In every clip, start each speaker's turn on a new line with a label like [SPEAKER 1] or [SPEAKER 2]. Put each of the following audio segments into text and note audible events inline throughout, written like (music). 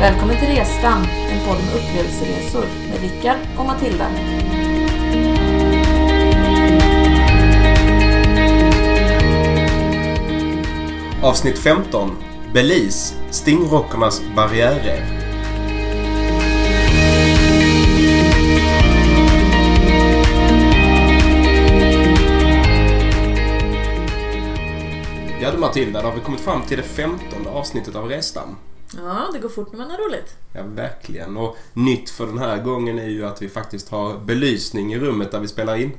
[SPEAKER 1] Välkommen till Resdamm, en podd med upplevelseresor med Rickard och Matilda.
[SPEAKER 2] Avsnitt 15. Belize. Stingrockernas barriärrev. Ja du Matilda, då har vi kommit fram till det femtonde avsnittet av Resdamm.
[SPEAKER 1] Ja, det går fort när man har roligt.
[SPEAKER 2] Ja, verkligen. Och nytt för den här gången är ju att vi faktiskt har belysning i rummet där vi spelar in.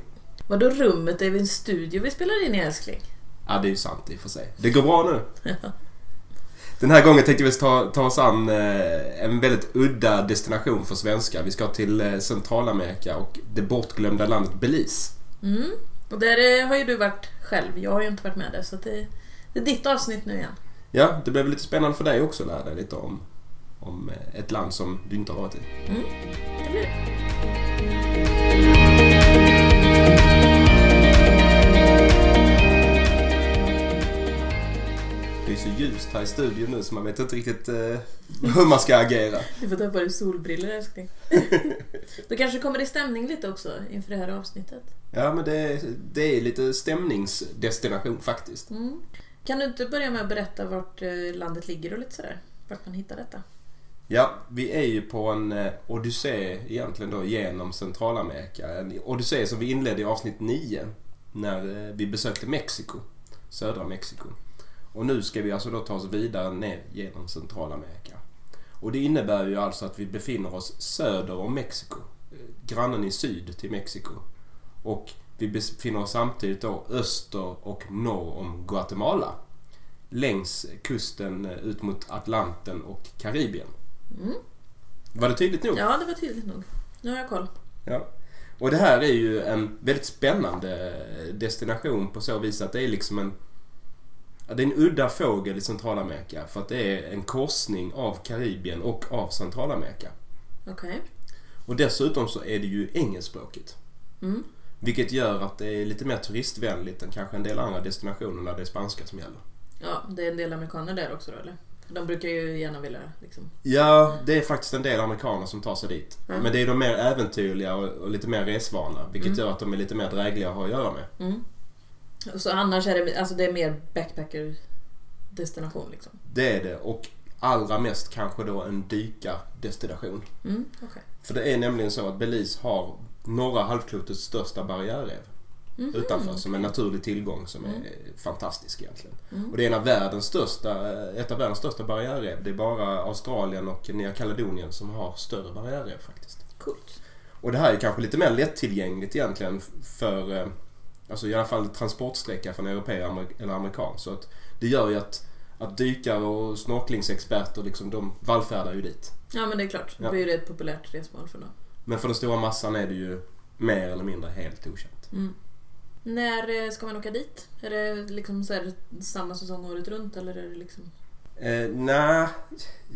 [SPEAKER 1] Vadå rummet? Det är väl en studio vi spelar in i älskling?
[SPEAKER 2] Ja, det är ju sant i och för sig. Det går bra nu. Den här gången tänkte vi ta, ta oss an eh, en väldigt udda destination för svenskar. Vi ska till eh, Centralamerika och det bortglömda landet Belize.
[SPEAKER 1] Mm. Och där eh, har ju du varit själv. Jag har ju inte varit med där så att det, det är ditt avsnitt nu igen.
[SPEAKER 2] Ja, det blev lite spännande för dig också att lära dig lite om, om eh, ett land som du inte har varit i.
[SPEAKER 1] Mm, Det blir det.
[SPEAKER 2] Det är så ljust här i studion nu så man vet inte riktigt eh, hur man ska agera.
[SPEAKER 1] Du får ta på dig solbrillor älskling. Då kanske kommer det stämning lite också inför det här avsnittet.
[SPEAKER 2] Ja, men det, det är lite stämningsdestination faktiskt.
[SPEAKER 1] Mm. Kan du inte börja med att berätta vart eh, landet ligger och lite sådär? Vart man hittar detta?
[SPEAKER 2] Ja, vi är ju på en eh, odyssé egentligen då genom Centralamerika. En odyssé som vi inledde i avsnitt 9 när eh, vi besökte Mexiko, södra Mexiko. Och nu ska vi alltså då ta oss vidare ner genom Centralamerika. Och det innebär ju alltså att vi befinner oss söder om Mexiko, eh, grannen i syd till Mexiko. Och vi befinner oss samtidigt då öster och norr om Guatemala. Längs kusten eh, ut mot Atlanten och Karibien. Var det tydligt nog?
[SPEAKER 1] Ja, det var tydligt nog. Nu har jag koll.
[SPEAKER 2] Ja. Och det här är ju en väldigt spännande destination på så vis att det är liksom en... ja, Det är en udda fågel i Centralamerika för att det är en korsning av Karibien och av Centralamerika.
[SPEAKER 1] Okej.
[SPEAKER 2] Och dessutom så är det ju engelskspråkigt.
[SPEAKER 1] Mm.
[SPEAKER 2] Vilket gör att det är lite mer turistvänligt än kanske en del andra destinationer när det är spanska som gäller.
[SPEAKER 1] Ja, det är en del amerikaner där också då eller? De brukar ju gärna vilja liksom...
[SPEAKER 2] Ja, det är faktiskt en del amerikaner som tar sig dit. Men det är de mer äventyrliga och, och lite mer resvana. Vilket gör att de är lite mer drägliga att ha att göra med.
[SPEAKER 1] Mm. Och Så annars är det, alltså det är mer backpacker destination liksom.
[SPEAKER 2] Det är det och allra mest kanske då en dykardestination.
[SPEAKER 1] Mm, okej.
[SPEAKER 2] För det är nämligen så att Belize har norra halvklotets största barriärrev utanför som en naturlig tillgång som är fantastisk egentligen. Och det är en av världens största, ett av världens största barriärrev. Det är bara Australien och Nya Kaledonien som har större barriärrev faktiskt.
[SPEAKER 1] Coolt.
[SPEAKER 2] Och det här är kanske lite mer lättillgängligt egentligen för eh, alltså i alla fall transportsträcka för en europé amer- eller amerikan. Så att det gör ju att, att dykare och snorklingsexperter liksom, de vallfärdar ju dit.
[SPEAKER 1] Ja men det är klart, då
[SPEAKER 2] Ja.
[SPEAKER 1] blir ju det ett populärt resmål för dem.
[SPEAKER 2] Men för den stora massan är det ju mer eller mindre helt okänt.
[SPEAKER 1] När eh, ska man åka dit? Är det liksom så här, samma säsong året runt eller är det liksom...
[SPEAKER 2] Eh, nej,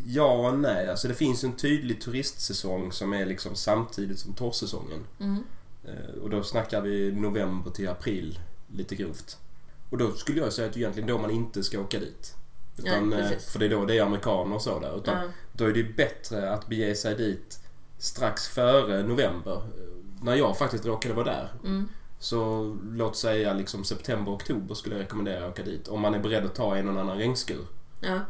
[SPEAKER 2] ja och nej. Alltså det finns en tydlig turistsäsong som är liksom samtidigt som torrsäsongen.
[SPEAKER 1] Mm.
[SPEAKER 2] Eh, och då snackar vi november till april lite grovt. Och då skulle jag säga att det är egentligen då man inte ska åka dit. Utan,
[SPEAKER 1] Nej,
[SPEAKER 2] eh,
[SPEAKER 1] precis.
[SPEAKER 2] för det är då det är amerikaner och så där. Utan
[SPEAKER 1] Ja.
[SPEAKER 2] Då är det ju bättre att bege sig dit strax före november. eh, När jag faktiskt råkade vara där.
[SPEAKER 1] Mm.
[SPEAKER 2] Så låt säga liksom september, oktober skulle jag rekommendera att åka dit. Om man är beredd att ta en och annan regnskur.
[SPEAKER 1] Ja.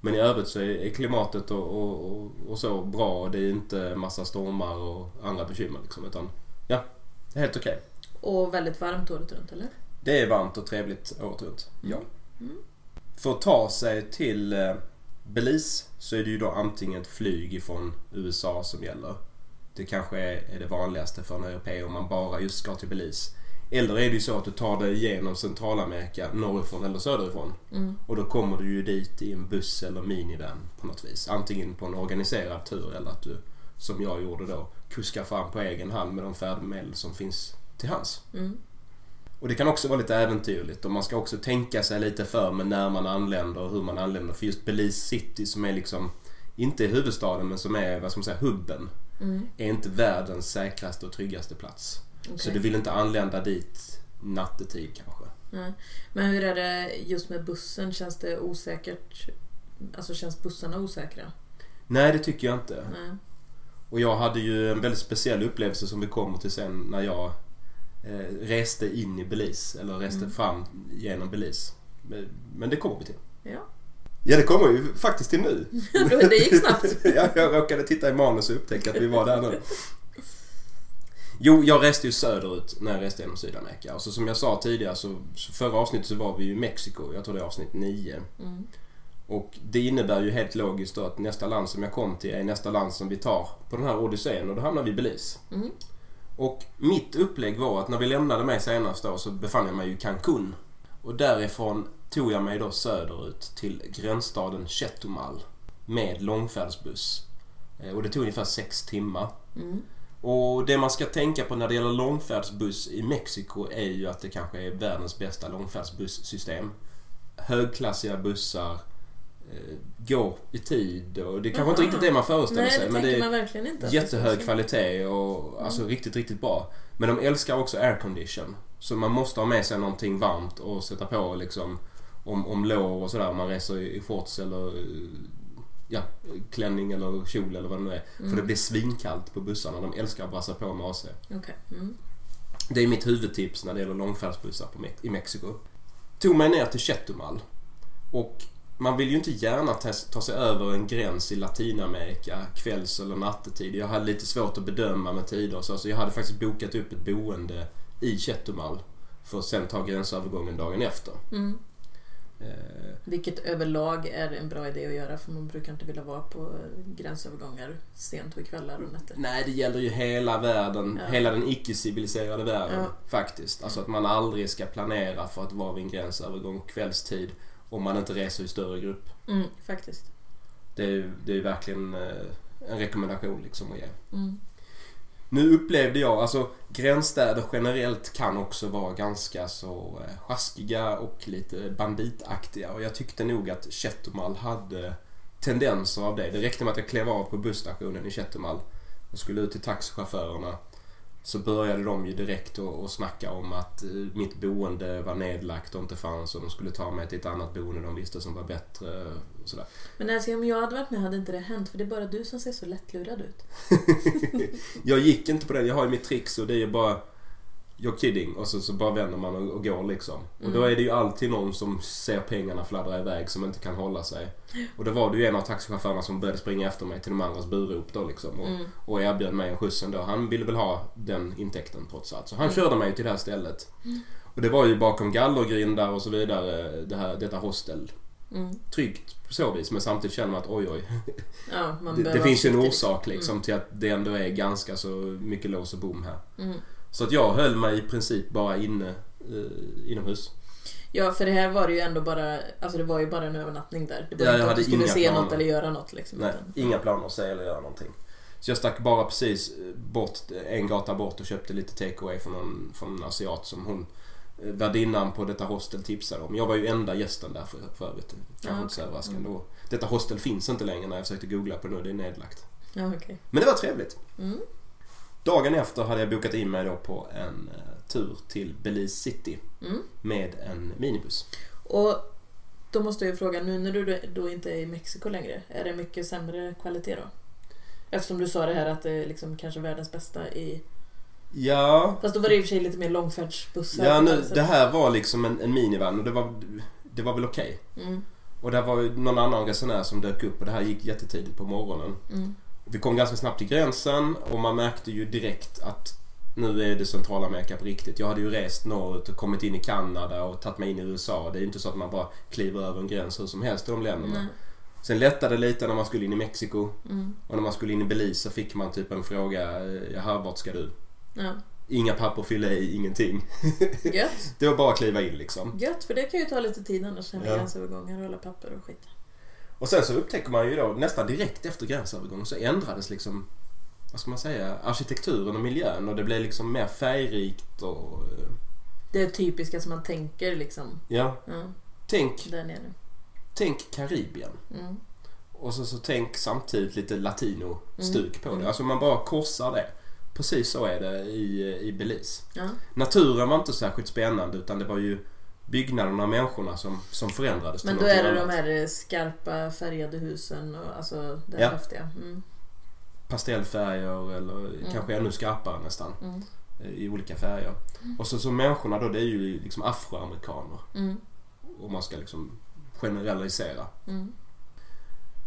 [SPEAKER 2] Men i övrigt så är är klimatet och, och, och, och så bra och det är inte massa stormar och andra bekymmer liksom. Utan ja, det är helt okej.
[SPEAKER 1] Och väldigt varmt året runt eller?
[SPEAKER 2] Det är varmt och trevligt året runt. Ja. För att ta sig till eh, Belize så är det ju då antingen ett flyg ifrån USA som gäller. Det kanske är är det vanligaste för en europé om man bara just ska till Belize. Eller är det ju så att du tar dig igenom Centralamerika norrifrån eller söderifrån.
[SPEAKER 1] Mm.
[SPEAKER 2] Och då kommer du ju dit i en buss eller minivan på något vis. Antingen på en organiserad tur eller att du, som jag gjorde då, kuskar fram på egen hand med de färdmedel som finns till hands.
[SPEAKER 1] Mm.
[SPEAKER 2] Och det kan också vara lite äventyrligt och man ska också tänka sig lite för med när man anländer och hur man anländer. För just Belize City som är liksom, inte är huvudstaden men som är, vad ska man säga, hubben.
[SPEAKER 1] Mm.
[SPEAKER 2] Är inte världens säkraste och tryggaste plats. Så
[SPEAKER 1] Okej.
[SPEAKER 2] du vill inte anlända dit nattetid kanske.
[SPEAKER 1] Nej. Men hur är det just med bussen? Känns det osäkert? Alltså känns bussarna osäkra?
[SPEAKER 2] Nej, det tycker jag inte.
[SPEAKER 1] Nej.
[SPEAKER 2] Och jag hade ju en väldigt speciell upplevelse som vi kommer till sen när jag eh, reste in i Belize. Eller reste
[SPEAKER 1] Mm.
[SPEAKER 2] fram genom Belize. Men, men det kommer vi till.
[SPEAKER 1] Ja.
[SPEAKER 2] Ja, det kommer vi faktiskt till nu.
[SPEAKER 1] (laughs) Det gick
[SPEAKER 2] (laughs)
[SPEAKER 1] snabbt.
[SPEAKER 2] jag, jag råkade titta i manus och upptäcka att vi var där nu. Jo, jag reste ju söderut när jag reste genom Sydamerika. Och så som jag sa tidigare så, så förra avsnittet så var vi ju i Mexiko. Jag tror det är avsnitt 9.
[SPEAKER 1] Mm.
[SPEAKER 2] Och det innebär ju helt logiskt då att nästa land som jag kom till är nästa land som vi tar på den här odyssén och då hamnar vi i Belize.
[SPEAKER 1] Mm.
[SPEAKER 2] Och mitt upplägg var att när vi lämnade mig senast då så befann jag mig ju i Cancun. Och därifrån tog jag mig då söderut till gränsstaden Chetumal med långfärdsbuss. Eh, Och det tog ungefär sex timmar.
[SPEAKER 1] Mm.
[SPEAKER 2] Och det man ska tänka på när det gäller långfärdsbuss i Mexiko är ju att det kanske är världens bästa långfärdsbussystem. Högklassiga bussar, eh, går i tid och det kanske inte
[SPEAKER 1] Aha.
[SPEAKER 2] riktigt det man föreställer
[SPEAKER 1] Nej, det
[SPEAKER 2] sig.
[SPEAKER 1] tänker
[SPEAKER 2] Men det
[SPEAKER 1] man
[SPEAKER 2] är
[SPEAKER 1] verkligen inte. Alltså, att det
[SPEAKER 2] jättehög
[SPEAKER 1] ska vara så.
[SPEAKER 2] kvalitet och alltså riktigt, riktigt bra. Men de älskar också aircondition. Så man måste ha med sig någonting varmt och sätta på liksom om, om lår och sådär. Om man reser i i shorts eller eh, ja, klänning eller kjol eller vad det nu är. För det blir svinkallt på bussarna. De älskar att brassa på med AC.
[SPEAKER 1] Okej. Mm.
[SPEAKER 2] Det är mitt huvudtips när det gäller långfärdsbussar på Me- i Mexiko. Tog mig ner till Chetumal. Och man vill ju inte gärna ta, ta sig över en gräns i Latinamerika kvälls eller nattetid. Jag hade lite svårt att bedöma med tider och så, så jag hade faktiskt bokat upp ett boende i Chetumal för att sen ta gränsövergången dagen efter.
[SPEAKER 1] Mm.
[SPEAKER 2] Eh,
[SPEAKER 1] Vilket överlag är en bra idé att göra för man brukar inte vilja vara på gränsövergångar sent på kvällar och nätter.
[SPEAKER 2] Nej, det gäller ju hela världen.
[SPEAKER 1] Ja.
[SPEAKER 2] Hela den icke-civiliserade världen
[SPEAKER 1] Ja.
[SPEAKER 2] faktiskt. Alltså att man aldrig ska planera för att vara vid en gränsövergång kvällstid om man inte reser i större grupp.
[SPEAKER 1] Mm, faktiskt.
[SPEAKER 2] Det är ju det är ju verkligen eh, en rekommendation liksom att ge.
[SPEAKER 1] Mm.
[SPEAKER 2] Nu upplevde jag, alltså gränsstäder generellt kan också vara ganska så eh, sjaskiga och lite banditaktiga och jag tyckte nog att Chetumal hade tendenser av det. Det räckte med att jag klev av på busstationen i Chetumal och skulle ut till taxichaufförerna så började de ju direkt att att snacka om att eh, mitt boende var nedlagt och inte fanns och de skulle ta mig till ett annat boende de visste som var bättre och sådär.
[SPEAKER 1] Men älskling, om jag hade varit med hade inte det hänt för det är bara du som ser så lättlurad ut.
[SPEAKER 2] Jag gick inte på den. Jag har ju mitt trick så det är bara You're kidding och så, så bara vänder man och, och går liksom. Och då är det ju alltid någon som ser pengarna fladdra iväg som inte kan hålla sig. Och då var det ju en av taxichaufförerna som började springa efter mig till de andras burop då liksom. Och,
[SPEAKER 1] Mm.
[SPEAKER 2] och erbjöd mig en skjuts ändå. Han ville väl ha den intäkten trots allt. Så han körde mig till det här stället. Och det var ju bakom gallergrindar och så vidare, det här, detta hostel.
[SPEAKER 1] Mm.
[SPEAKER 2] Tryggt på så vis men samtidigt känner man att oj oj,
[SPEAKER 1] Ja, man
[SPEAKER 2] det,
[SPEAKER 1] bör
[SPEAKER 2] det
[SPEAKER 1] vara
[SPEAKER 2] finns ju en
[SPEAKER 1] försiktig.
[SPEAKER 2] orsak liksom till att det ändå är ganska så mycket lås och bom här.
[SPEAKER 1] Mm.
[SPEAKER 2] Så att jag höll mig i princip bara inne eh, inomhus.
[SPEAKER 1] Ja, för det här var det ju ändå bara, alltså det var ju bara en övernattning där. Det var
[SPEAKER 2] Ja, jag
[SPEAKER 1] inte att
[SPEAKER 2] hade
[SPEAKER 1] du skulle
[SPEAKER 2] inga
[SPEAKER 1] se
[SPEAKER 2] planer.
[SPEAKER 1] något eller göra något liksom.
[SPEAKER 2] Nej,
[SPEAKER 1] utan-
[SPEAKER 2] inga planer att säga eller göra någonting. Så jag stack bara precis eh, bort, en gata bort och köpte lite takeaway från någon från en asiat som hon eh, värdinnan på detta hostel tipsade om. Jag var ju enda gästen där för, för övrigt. Kanske
[SPEAKER 1] Ja,
[SPEAKER 2] inte så överraskande. Och Detta hostel finns inte längre när jag försökte googla på det nu. Det är nedlagt.
[SPEAKER 1] Ja, okej.
[SPEAKER 2] Men det var trevligt.
[SPEAKER 1] Mm.
[SPEAKER 2] Dagen efter hade jag bokat in mig då på en eh, tur till Belize City
[SPEAKER 1] Mm.
[SPEAKER 2] med en minibuss.
[SPEAKER 1] Och då måste jag ju fråga, nu när du då inte är i Mexiko längre, är det mycket sämre kvalitet då? Eftersom du sa det här att det är liksom kanske världens bästa i...
[SPEAKER 2] Ja,
[SPEAKER 1] Fast då var det i och för sig lite mer långfärdsbussar.
[SPEAKER 2] ja
[SPEAKER 1] på
[SPEAKER 2] nu,
[SPEAKER 1] något sätt.
[SPEAKER 2] det här var liksom en, en minivan och det var, det var väl okej.
[SPEAKER 1] Mm,
[SPEAKER 2] Och det var ju någon annan resenär som dök upp och det här gick jättetidigt på morgonen.
[SPEAKER 1] mm,
[SPEAKER 2] Vi kom ganska snabbt till gränsen och man märkte ju direkt att nu är det Centralamerika på riktigt. Jag hade ju rest norrut och kommit in i Kanada och tagit mig in i USA. Det är ju inte så att man bara kliver över en gräns hur som helst i de länderna.
[SPEAKER 1] nej,
[SPEAKER 2] Sen lättade det lite när man skulle in i Mexiko.
[SPEAKER 1] mm,
[SPEAKER 2] Och när man skulle in i Belize så fick man typ en fråga. eh, Jaha, vart ska du?
[SPEAKER 1] ja.
[SPEAKER 2] Inga papper, fylla i, ingenting. (laughs)
[SPEAKER 1] Gött.
[SPEAKER 2] Det var bara att kliva in liksom.
[SPEAKER 1] Gött, för det kan ju ta lite tid annars, det här med
[SPEAKER 2] Ja.
[SPEAKER 1] gränsövergångar och alla papper och skit.
[SPEAKER 2] Och sen så upptäcker man ju då nästan direkt efter gränsövergången så ändrades liksom vad ska man säga, arkitekturen och miljön och det blev liksom mer färgrikt och eh,
[SPEAKER 1] Det är typiska som man tänker liksom,
[SPEAKER 2] ja,
[SPEAKER 1] ja,
[SPEAKER 2] tänk,
[SPEAKER 1] där nere.
[SPEAKER 2] tänk Karibien
[SPEAKER 1] Mm.
[SPEAKER 2] och så, så tänk samtidigt lite
[SPEAKER 1] Mm.
[SPEAKER 2] latino-stuk på det. Alltså man bara korsar det. Precis så är det i, i Belize.
[SPEAKER 1] Ja.
[SPEAKER 2] Naturen var inte särskilt spännande utan det var ju byggnaderna och människorna som, som förändrades
[SPEAKER 1] Men
[SPEAKER 2] till
[SPEAKER 1] då är det
[SPEAKER 2] någonting
[SPEAKER 1] de
[SPEAKER 2] annat.
[SPEAKER 1] här eh, skarpa färgade husen och alltså det
[SPEAKER 2] Ja.
[SPEAKER 1] häftiga. Mm.
[SPEAKER 2] Pastellfärger eller kanske ännu skarpare nästan.
[SPEAKER 1] Mm.
[SPEAKER 2] eh, I olika färger. Och så, så människorna då, det är ju liksom afroamerikaner.
[SPEAKER 1] Mm.
[SPEAKER 2] Om man ska liksom generalisera.
[SPEAKER 1] Mm.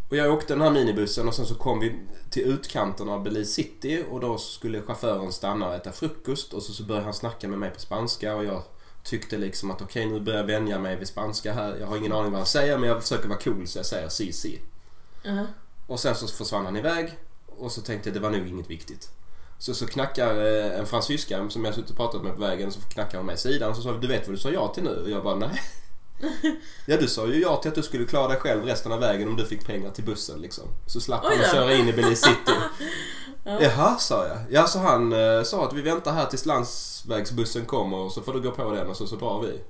[SPEAKER 2] Och jag åkte den här minibussen och sen så kom vi till utkanten av Belize City och då skulle chauffören stanna och äta frukost och så, så började han snacka med mig på spanska och jag tyckte liksom att okej nu börjar jag vänja mig vid spanska här. Jag har ingen aning vad han säger men jag försöker vara cool så jag säger CC.
[SPEAKER 1] Ja.
[SPEAKER 2] Och sen så försvann han iväg och så tänkte jag det var nog inget viktigt. Så, så knackar eh, en fransyska som jag suttit och pratat med på vägen så knackar hon mig i sidan och så sa du vet vad du sa ja till nu? Och jag bara
[SPEAKER 1] (laughs)
[SPEAKER 2] nej. ja du sa ju ja till att du skulle klara dig själv resten av vägen om du fick pengar till bussen liksom. Så slapp
[SPEAKER 1] Oj
[SPEAKER 2] han att
[SPEAKER 1] då.
[SPEAKER 2] köra in i Belize City.
[SPEAKER 1] (laughs) Ja.
[SPEAKER 2] Jaha sa jag. Ja så han eh, sa att vi väntar här tills landsvägsbussen kommer och så får du gå på den och så, så drar vi.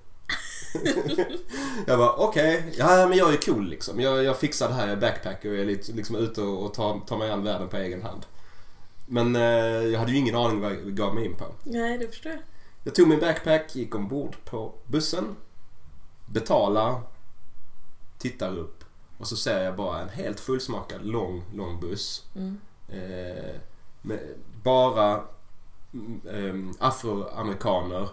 [SPEAKER 2] Jag bara okej, ja ja, men jag är cool liksom. Jag, jag fixar det här, jag är backpacker och jag är lite, liksom ute och och tar, tar mig an världen på egen hand. Men eh, jag hade ju ingen aning vad jag gav mig in på.
[SPEAKER 1] Nej, det förstår jag.
[SPEAKER 2] Jag tog min backpack, gick ombord på bussen, betala, tittar upp och så ser jag bara en helt fullsmakad lång, lång buss.
[SPEAKER 1] Mm.
[SPEAKER 2] Eh, med bara mm, ehm, afroamerikaner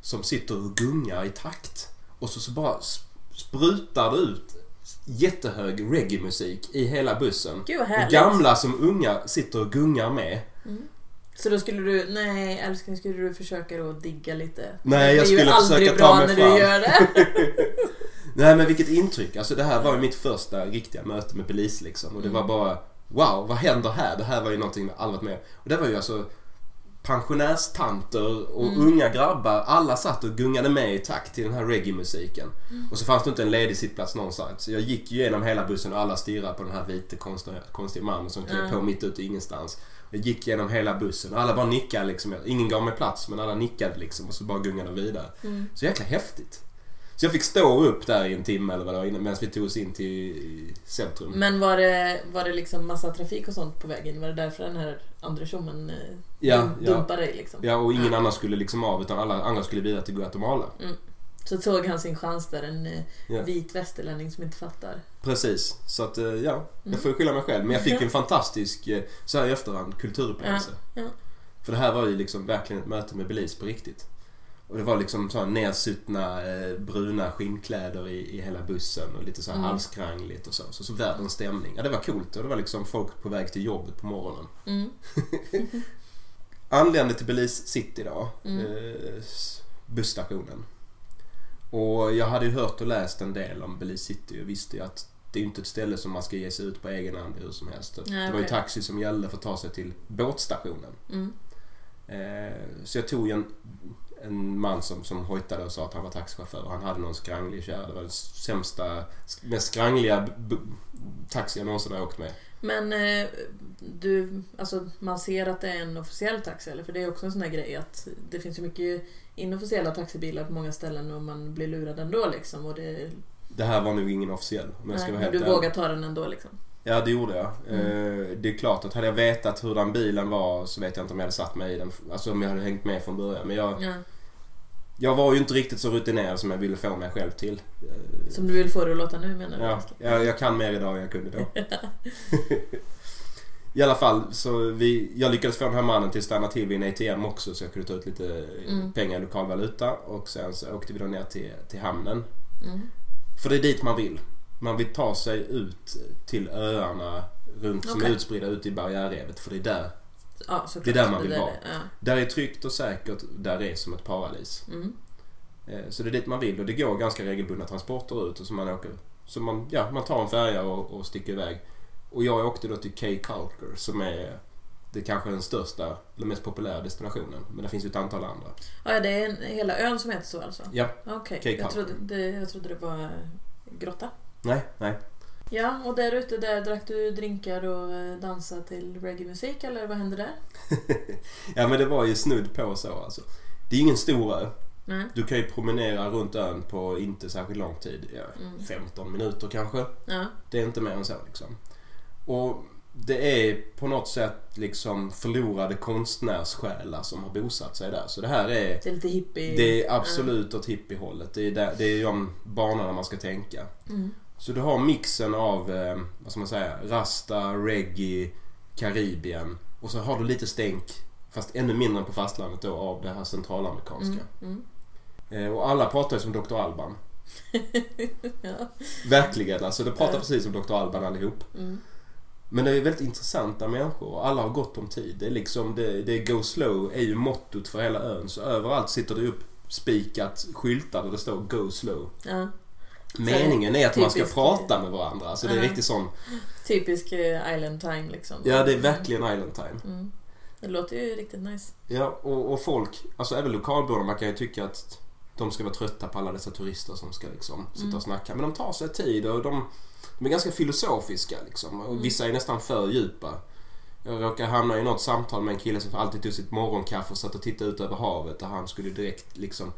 [SPEAKER 2] som sitter och gungar i takt. Och så, så bara sp- sprutar det ut jättehög reggae-musik i hela bussen.
[SPEAKER 1] Gud vad
[SPEAKER 2] Och
[SPEAKER 1] härligt.
[SPEAKER 2] gamla som unga sitter och gungar med.
[SPEAKER 1] Så då skulle du, nej älskling, skulle du försöka då digga lite?
[SPEAKER 2] Nej, jag
[SPEAKER 1] Det är ju
[SPEAKER 2] skulle
[SPEAKER 1] aldrig
[SPEAKER 2] försöka
[SPEAKER 1] bra
[SPEAKER 2] ta mig
[SPEAKER 1] när
[SPEAKER 2] fram.
[SPEAKER 1] du
[SPEAKER 2] (laughs)
[SPEAKER 1] gör det.
[SPEAKER 2] Nej men vilket intryck. Alltså det här var ju mitt första riktiga möte med polis liksom. Och det var bara wow, vad händer här? Det här var ju någonting jag aldrig varit med Och det var ju alltså pensionärstanter och unga grabbar. Alla satt och gungade med i takt till den här reggae-musiken. Och så fanns det inte en ledig sittplats någonstans. Så jag gick ju igenom hela bussen och alla stirrade på den här vita konstiga, konstiga mannen som klev på mitt ute i ingenstans. Jag gick igenom hela bussen och alla bara nickade liksom. Ingen gav mig plats men alla nickade liksom och så bara gungade de vidare. Så jäkla häftigt. Så jag fick stå upp där i en timme eller vad det var innan- medan vi tog oss in till centrum.
[SPEAKER 1] Men var det, var det liksom massa trafik och sånt på vägen? Var det därför den här andra tjommen eh,
[SPEAKER 2] Ja,
[SPEAKER 1] dum-
[SPEAKER 2] ja.
[SPEAKER 1] dumpade dig liksom?
[SPEAKER 2] Ja, och ingen annan skulle liksom av utan alla andra skulle vidare till Guatemala.
[SPEAKER 1] Så såg han sin chans där, en eh,
[SPEAKER 2] Ja.
[SPEAKER 1] vit västerlänning som inte fattar.
[SPEAKER 2] Precis, så att eh, ja, jag får ju skylla mig själv. Men jag fick en fantastisk, eh, så här i efterhand, kulturupplevelse.
[SPEAKER 1] Ja, ja.
[SPEAKER 2] För det här var ju liksom verkligen ett möte med Belize på riktigt. Och det var liksom så här nedsutna eh, bruna skinnkläder i, i hela bussen och lite så här
[SPEAKER 1] Mm.
[SPEAKER 2] halskrangligt och så. Så, så världens stämning. Ja, det var coolt och det var liksom folk på väg till jobbet på morgonen.
[SPEAKER 1] Mm.
[SPEAKER 2] anlände till Belize City då,
[SPEAKER 1] Mm.
[SPEAKER 2] eh, s- busstationen. Och jag hade ju hört och läst en del om Belize City och visste ju att det är ju inte ett ställe som man ska ge sig ut på egen hand hur som helst.
[SPEAKER 1] Nej,
[SPEAKER 2] det var ju
[SPEAKER 1] okej.
[SPEAKER 2] taxi som gällde för att ta sig till båtstationen.
[SPEAKER 1] Mm.
[SPEAKER 2] Eh, så jag tog ju en, en man som, som hojtade och sa att han var taxichaufför. Han hade någon skranglig kärra. Det var den sämsta, mest skrangliga b- b- taxi jag någonsin har åkt med.
[SPEAKER 1] Men eh, du, alltså man ser att det är en officiell taxi eller? För det är också en sån där grej att det finns ju mycket inofficiella taxibilar på många ställen och man blir lurad ändå liksom. Och det,
[SPEAKER 2] Det här var nog ingen officiell om jag ska vara
[SPEAKER 1] nej, men
[SPEAKER 2] helt
[SPEAKER 1] du
[SPEAKER 2] ärlig.
[SPEAKER 1] vågar ta den ändå liksom.
[SPEAKER 2] Ja, det gjorde jag.
[SPEAKER 1] Mm.
[SPEAKER 2] Eh, Det är klart att hade jag vetat hur den bilen var så vet jag inte om jag hade satt mig i den. Alltså om jag hade hängt med från början. Men jag,
[SPEAKER 1] Ja.
[SPEAKER 2] jag var ju inte riktigt så rutinerad som jag ville få mig själv till. Eh,
[SPEAKER 1] Som du vill få det att låta nu menar du?
[SPEAKER 2] Ja,
[SPEAKER 1] Eskil?
[SPEAKER 2] jag, jag kan mer idag än jag kunde
[SPEAKER 1] (laughs)
[SPEAKER 2] då. I alla fall, så vi, jag lyckades få den här mannen till att stanna till vid en ATM också så jag kunde ta ut lite
[SPEAKER 1] Mm.
[SPEAKER 2] pengar i lokalvaluta. Och sen så åkte vi då ner till, till hamnen.
[SPEAKER 1] Mm.
[SPEAKER 2] För det är dit man vill. Man vill ta sig ut till öarna runt, som är
[SPEAKER 1] Okej.
[SPEAKER 2] utspridda ute i barriärrevet. För det är där.
[SPEAKER 1] ja såklart.
[SPEAKER 2] Det är där man vill vara.
[SPEAKER 1] är det. Ja.
[SPEAKER 2] Där är tryggt och säkert. Där är som ett paradis.
[SPEAKER 1] Mm.
[SPEAKER 2] Eh, Så det är dit man vill och det går ganska regelbundna transporter ut och så man åker. Så man, ja, man tar en färja och, och sticker iväg. Och jag åkte då till Key Culker som är det kanske den största, eller mest populära destinationen. Men det finns ju ett antal andra.
[SPEAKER 1] ja, det är en, hela ön som heter så alltså?
[SPEAKER 2] Ja,
[SPEAKER 1] Okej,
[SPEAKER 2] Cape
[SPEAKER 1] jag,
[SPEAKER 2] Town.
[SPEAKER 1] trodde, det- jag trodde det var grotta.
[SPEAKER 2] nej, nej.
[SPEAKER 1] Ja, och där ute där drack du drinkar och eh, dansade till reggae-musik eller vad hände där?
[SPEAKER 2] Ja men det var ju snudd på så alltså. Det är ingen stor ö.
[SPEAKER 1] Nej.
[SPEAKER 2] Du kan ju promenera runt ön på inte särskilt lång tid. Ja, 15 minuter kanske.
[SPEAKER 1] Mm. Ja.
[SPEAKER 2] Det är inte mer än så liksom. Och det är på något sätt liksom förlorade konstnärssjälar som har bosatt sig där. Så det här är...
[SPEAKER 1] Det är lite hippie.
[SPEAKER 2] Det är absolut åt hippiehållet. Det är, där, det är de banorna man ska tänka.
[SPEAKER 1] Mm.
[SPEAKER 2] Så du har mixen av, eh, vad ska man säga, rasta, reggae, Karibien. Och så har du lite stänk, fast ännu mindre än på fastlandet då, av det här centralamerikanska.
[SPEAKER 1] Mm, mm.
[SPEAKER 2] Eh, och alla pratar ju som Dr. Alban.
[SPEAKER 1] Mm. Ja.
[SPEAKER 2] Verkligen, alltså de pratar
[SPEAKER 1] Ja.
[SPEAKER 2] precis som Dr. Alban allihop.
[SPEAKER 1] Mm.
[SPEAKER 2] Men det är väldigt intressanta människor och alla har gott om tid. Det är liksom, det, det är go slow är ju mottot för hela ön. Så överallt sitter det uppspikat skyltar där det står go slow.
[SPEAKER 1] Ja.
[SPEAKER 2] Meningen är att man ska
[SPEAKER 1] typiskt-
[SPEAKER 2] prata med varandra. Alltså det är
[SPEAKER 1] Ja.
[SPEAKER 2] riktigt sån,
[SPEAKER 1] Typisk eh, island time liksom.
[SPEAKER 2] ja det är verkligen island time.
[SPEAKER 1] Mm. Det låter ju riktigt nice.
[SPEAKER 2] Ja, och, och folk, alltså även lokalborna, man kan ju tycka att de ska vara trötta på alla dessa turister som ska liksom
[SPEAKER 1] Mm.
[SPEAKER 2] sitta och snacka. Men de tar sig tid och de, de är ganska filosofiska liksom.
[SPEAKER 1] Mm.
[SPEAKER 2] Och vissa är nästan för djupa. Jag råkade hamna i något samtal med en kille som alltid tog sitt morgonkaffe och satt och tittade ut över havet och han skulle direkt liksom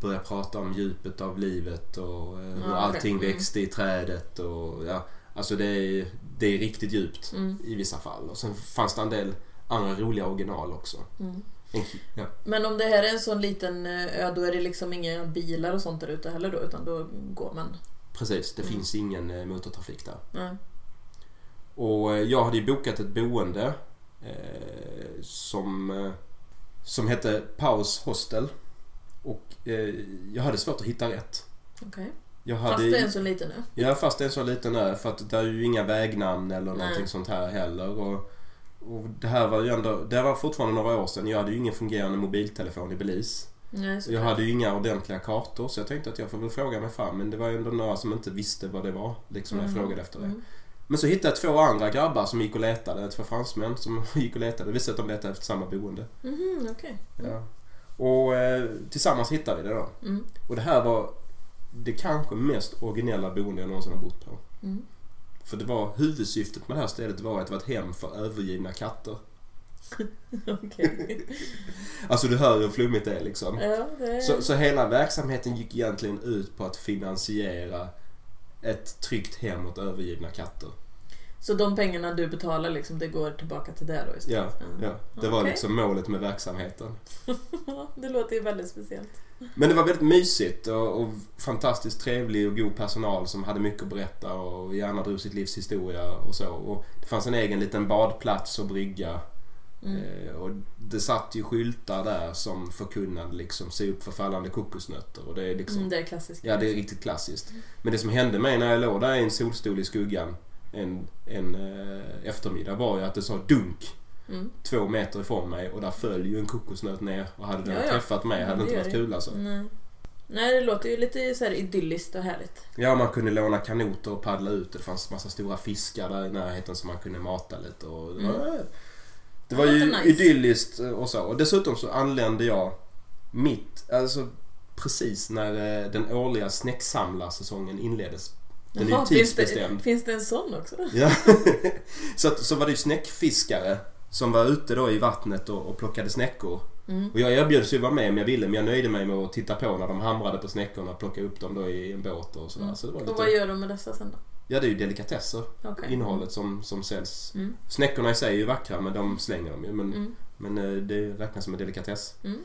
[SPEAKER 2] börja prata om djupet av livet och eh, hur
[SPEAKER 1] Ja, okej.
[SPEAKER 2] allting
[SPEAKER 1] Mm.
[SPEAKER 2] växte i trädet och ja, alltså det är, det är riktigt djupt
[SPEAKER 1] Mm.
[SPEAKER 2] i vissa fall. Och sen fanns det en del andra roliga original också.
[SPEAKER 1] Mm.
[SPEAKER 2] En ki- Ja.
[SPEAKER 1] Men om det här är en sån liten eh, ö, då är det liksom inga bilar och sånt där ute heller då, utan då går man.
[SPEAKER 2] Precis, det
[SPEAKER 1] Mm.
[SPEAKER 2] finns ingen eh, motortrafik där.
[SPEAKER 1] Ja.
[SPEAKER 2] Och eh, jag hade ju bokat ett boende eh, som, eh, som hette Paus Hostel. Och eh, jag hade svårt att hitta rätt.
[SPEAKER 1] Okej.
[SPEAKER 2] Jag hade,
[SPEAKER 1] Fast det är en sån liten ö.
[SPEAKER 2] Ja, fast det är en så liten ö för att det är ju inga vägnamn eller
[SPEAKER 1] Nej.
[SPEAKER 2] någonting sånt här heller. Och, och det här var ju ändå, det här var fortfarande några år sedan. Jag hade ju ingen fungerande mobiltelefon i Belize.
[SPEAKER 1] Nej,
[SPEAKER 2] Jag
[SPEAKER 1] såklart.
[SPEAKER 2] hade ju inga ordentliga kartor så jag tänkte att jag får väl fråga mig fram. Men det var ju ändå några som inte visste vad det var. Liksom när jag
[SPEAKER 1] Mm.
[SPEAKER 2] frågade efter det.
[SPEAKER 1] Mm.
[SPEAKER 2] Men så hittade jag två andra grabbar som gick och letade. Två fransmän som (laughs) gick och letade. Det visade sig att de letade efter samma boende.
[SPEAKER 1] Mhm, okej.
[SPEAKER 2] Ja. Och eh, tillsammans hittade vi det då.
[SPEAKER 1] Mm.
[SPEAKER 2] Och det här var det kanske mest originella boende jag någonsin har bott på.
[SPEAKER 1] Mm. (laughs)
[SPEAKER 2] För det var huvudsyftet med det här stället var att det var ett hem för övergivna katter. (laughs)
[SPEAKER 1] Okej.
[SPEAKER 2] Alltså du hör ju hur flummigt det är liksom.
[SPEAKER 1] Ja, det är...
[SPEAKER 2] Så, så hela verksamheten gick egentligen ut på att finansiera ett tryggt hem åt övergivna katter.
[SPEAKER 1] Så de pengarna du betalar liksom, det går tillbaka till det då
[SPEAKER 2] Ja,
[SPEAKER 1] istället?
[SPEAKER 2] ja. Det var
[SPEAKER 1] Okej.
[SPEAKER 2] liksom målet med verksamheten.
[SPEAKER 1] Ja, (laughs) Det låter ju väldigt speciellt.
[SPEAKER 2] Men det var väldigt mysigt och, och fantastiskt trevlig och god personal som hade mycket att berätta och gärna drog sitt livs historia och så. Och det fanns en egen liten badplats och brygga.
[SPEAKER 1] Mm.
[SPEAKER 2] Eh, och det satt ju skyltar där som förkunnade liksom se upp för fallande kokosnötter. Och det är liksom,
[SPEAKER 1] Mm, det är klassiskt.
[SPEAKER 2] Ja, det är riktigt klassiskt. Men det som hände mig när jag låg där i en solstol i skuggan en, en eh, eftermiddag var ju att det sa dunk
[SPEAKER 1] Mm.
[SPEAKER 2] två meter ifrån mig och där föll ju en kokosnöt ner och hade den
[SPEAKER 1] Ja, ja.
[SPEAKER 2] träffat mig
[SPEAKER 1] Ja,
[SPEAKER 2] hade det
[SPEAKER 1] det
[SPEAKER 2] inte
[SPEAKER 1] gör
[SPEAKER 2] varit
[SPEAKER 1] det.
[SPEAKER 2] kul alltså.
[SPEAKER 1] Nej. Nej, det låter ju lite så här idylliskt och härligt.
[SPEAKER 2] Ja, man kunde låna kanoter och paddla ut. Det fanns massa stora fiskar där i närheten som man kunde mata lite. Och det, var, det var
[SPEAKER 1] Det
[SPEAKER 2] ju
[SPEAKER 1] låter Mm. nice.
[SPEAKER 2] idylliskt eh, och så. Och dessutom så anlände jag mitt, alltså precis när eh, den årliga snäcksamlarsäsongen inleddes. Den är ju
[SPEAKER 1] Jaha, finns,
[SPEAKER 2] tidsbestämd.
[SPEAKER 1] det, (laughs) finns det en sån också?
[SPEAKER 2] Ja. (laughs) så, att, så var det ju snäckfiskare som var ute då i vattnet och, och plockade snäckor.
[SPEAKER 1] Mm.
[SPEAKER 2] Och jag erbjöds ju vara med om jag ville men jag nöjde mig med att titta på när de hamrade på snäckorna och plockade upp dem då i en båt och sådär. Så det var
[SPEAKER 1] Mm. Och vad
[SPEAKER 2] lite...
[SPEAKER 1] gör de med dessa sen då?
[SPEAKER 2] Ja, det är ju delikatesser.
[SPEAKER 1] Okej.
[SPEAKER 2] Innehållet som, som säljs.
[SPEAKER 1] Mm.
[SPEAKER 2] Snäckorna i sig är ju vackra men de slänger de ju. Men,
[SPEAKER 1] Mm.
[SPEAKER 2] men eh, det räknas som en delikatess.
[SPEAKER 1] Mm.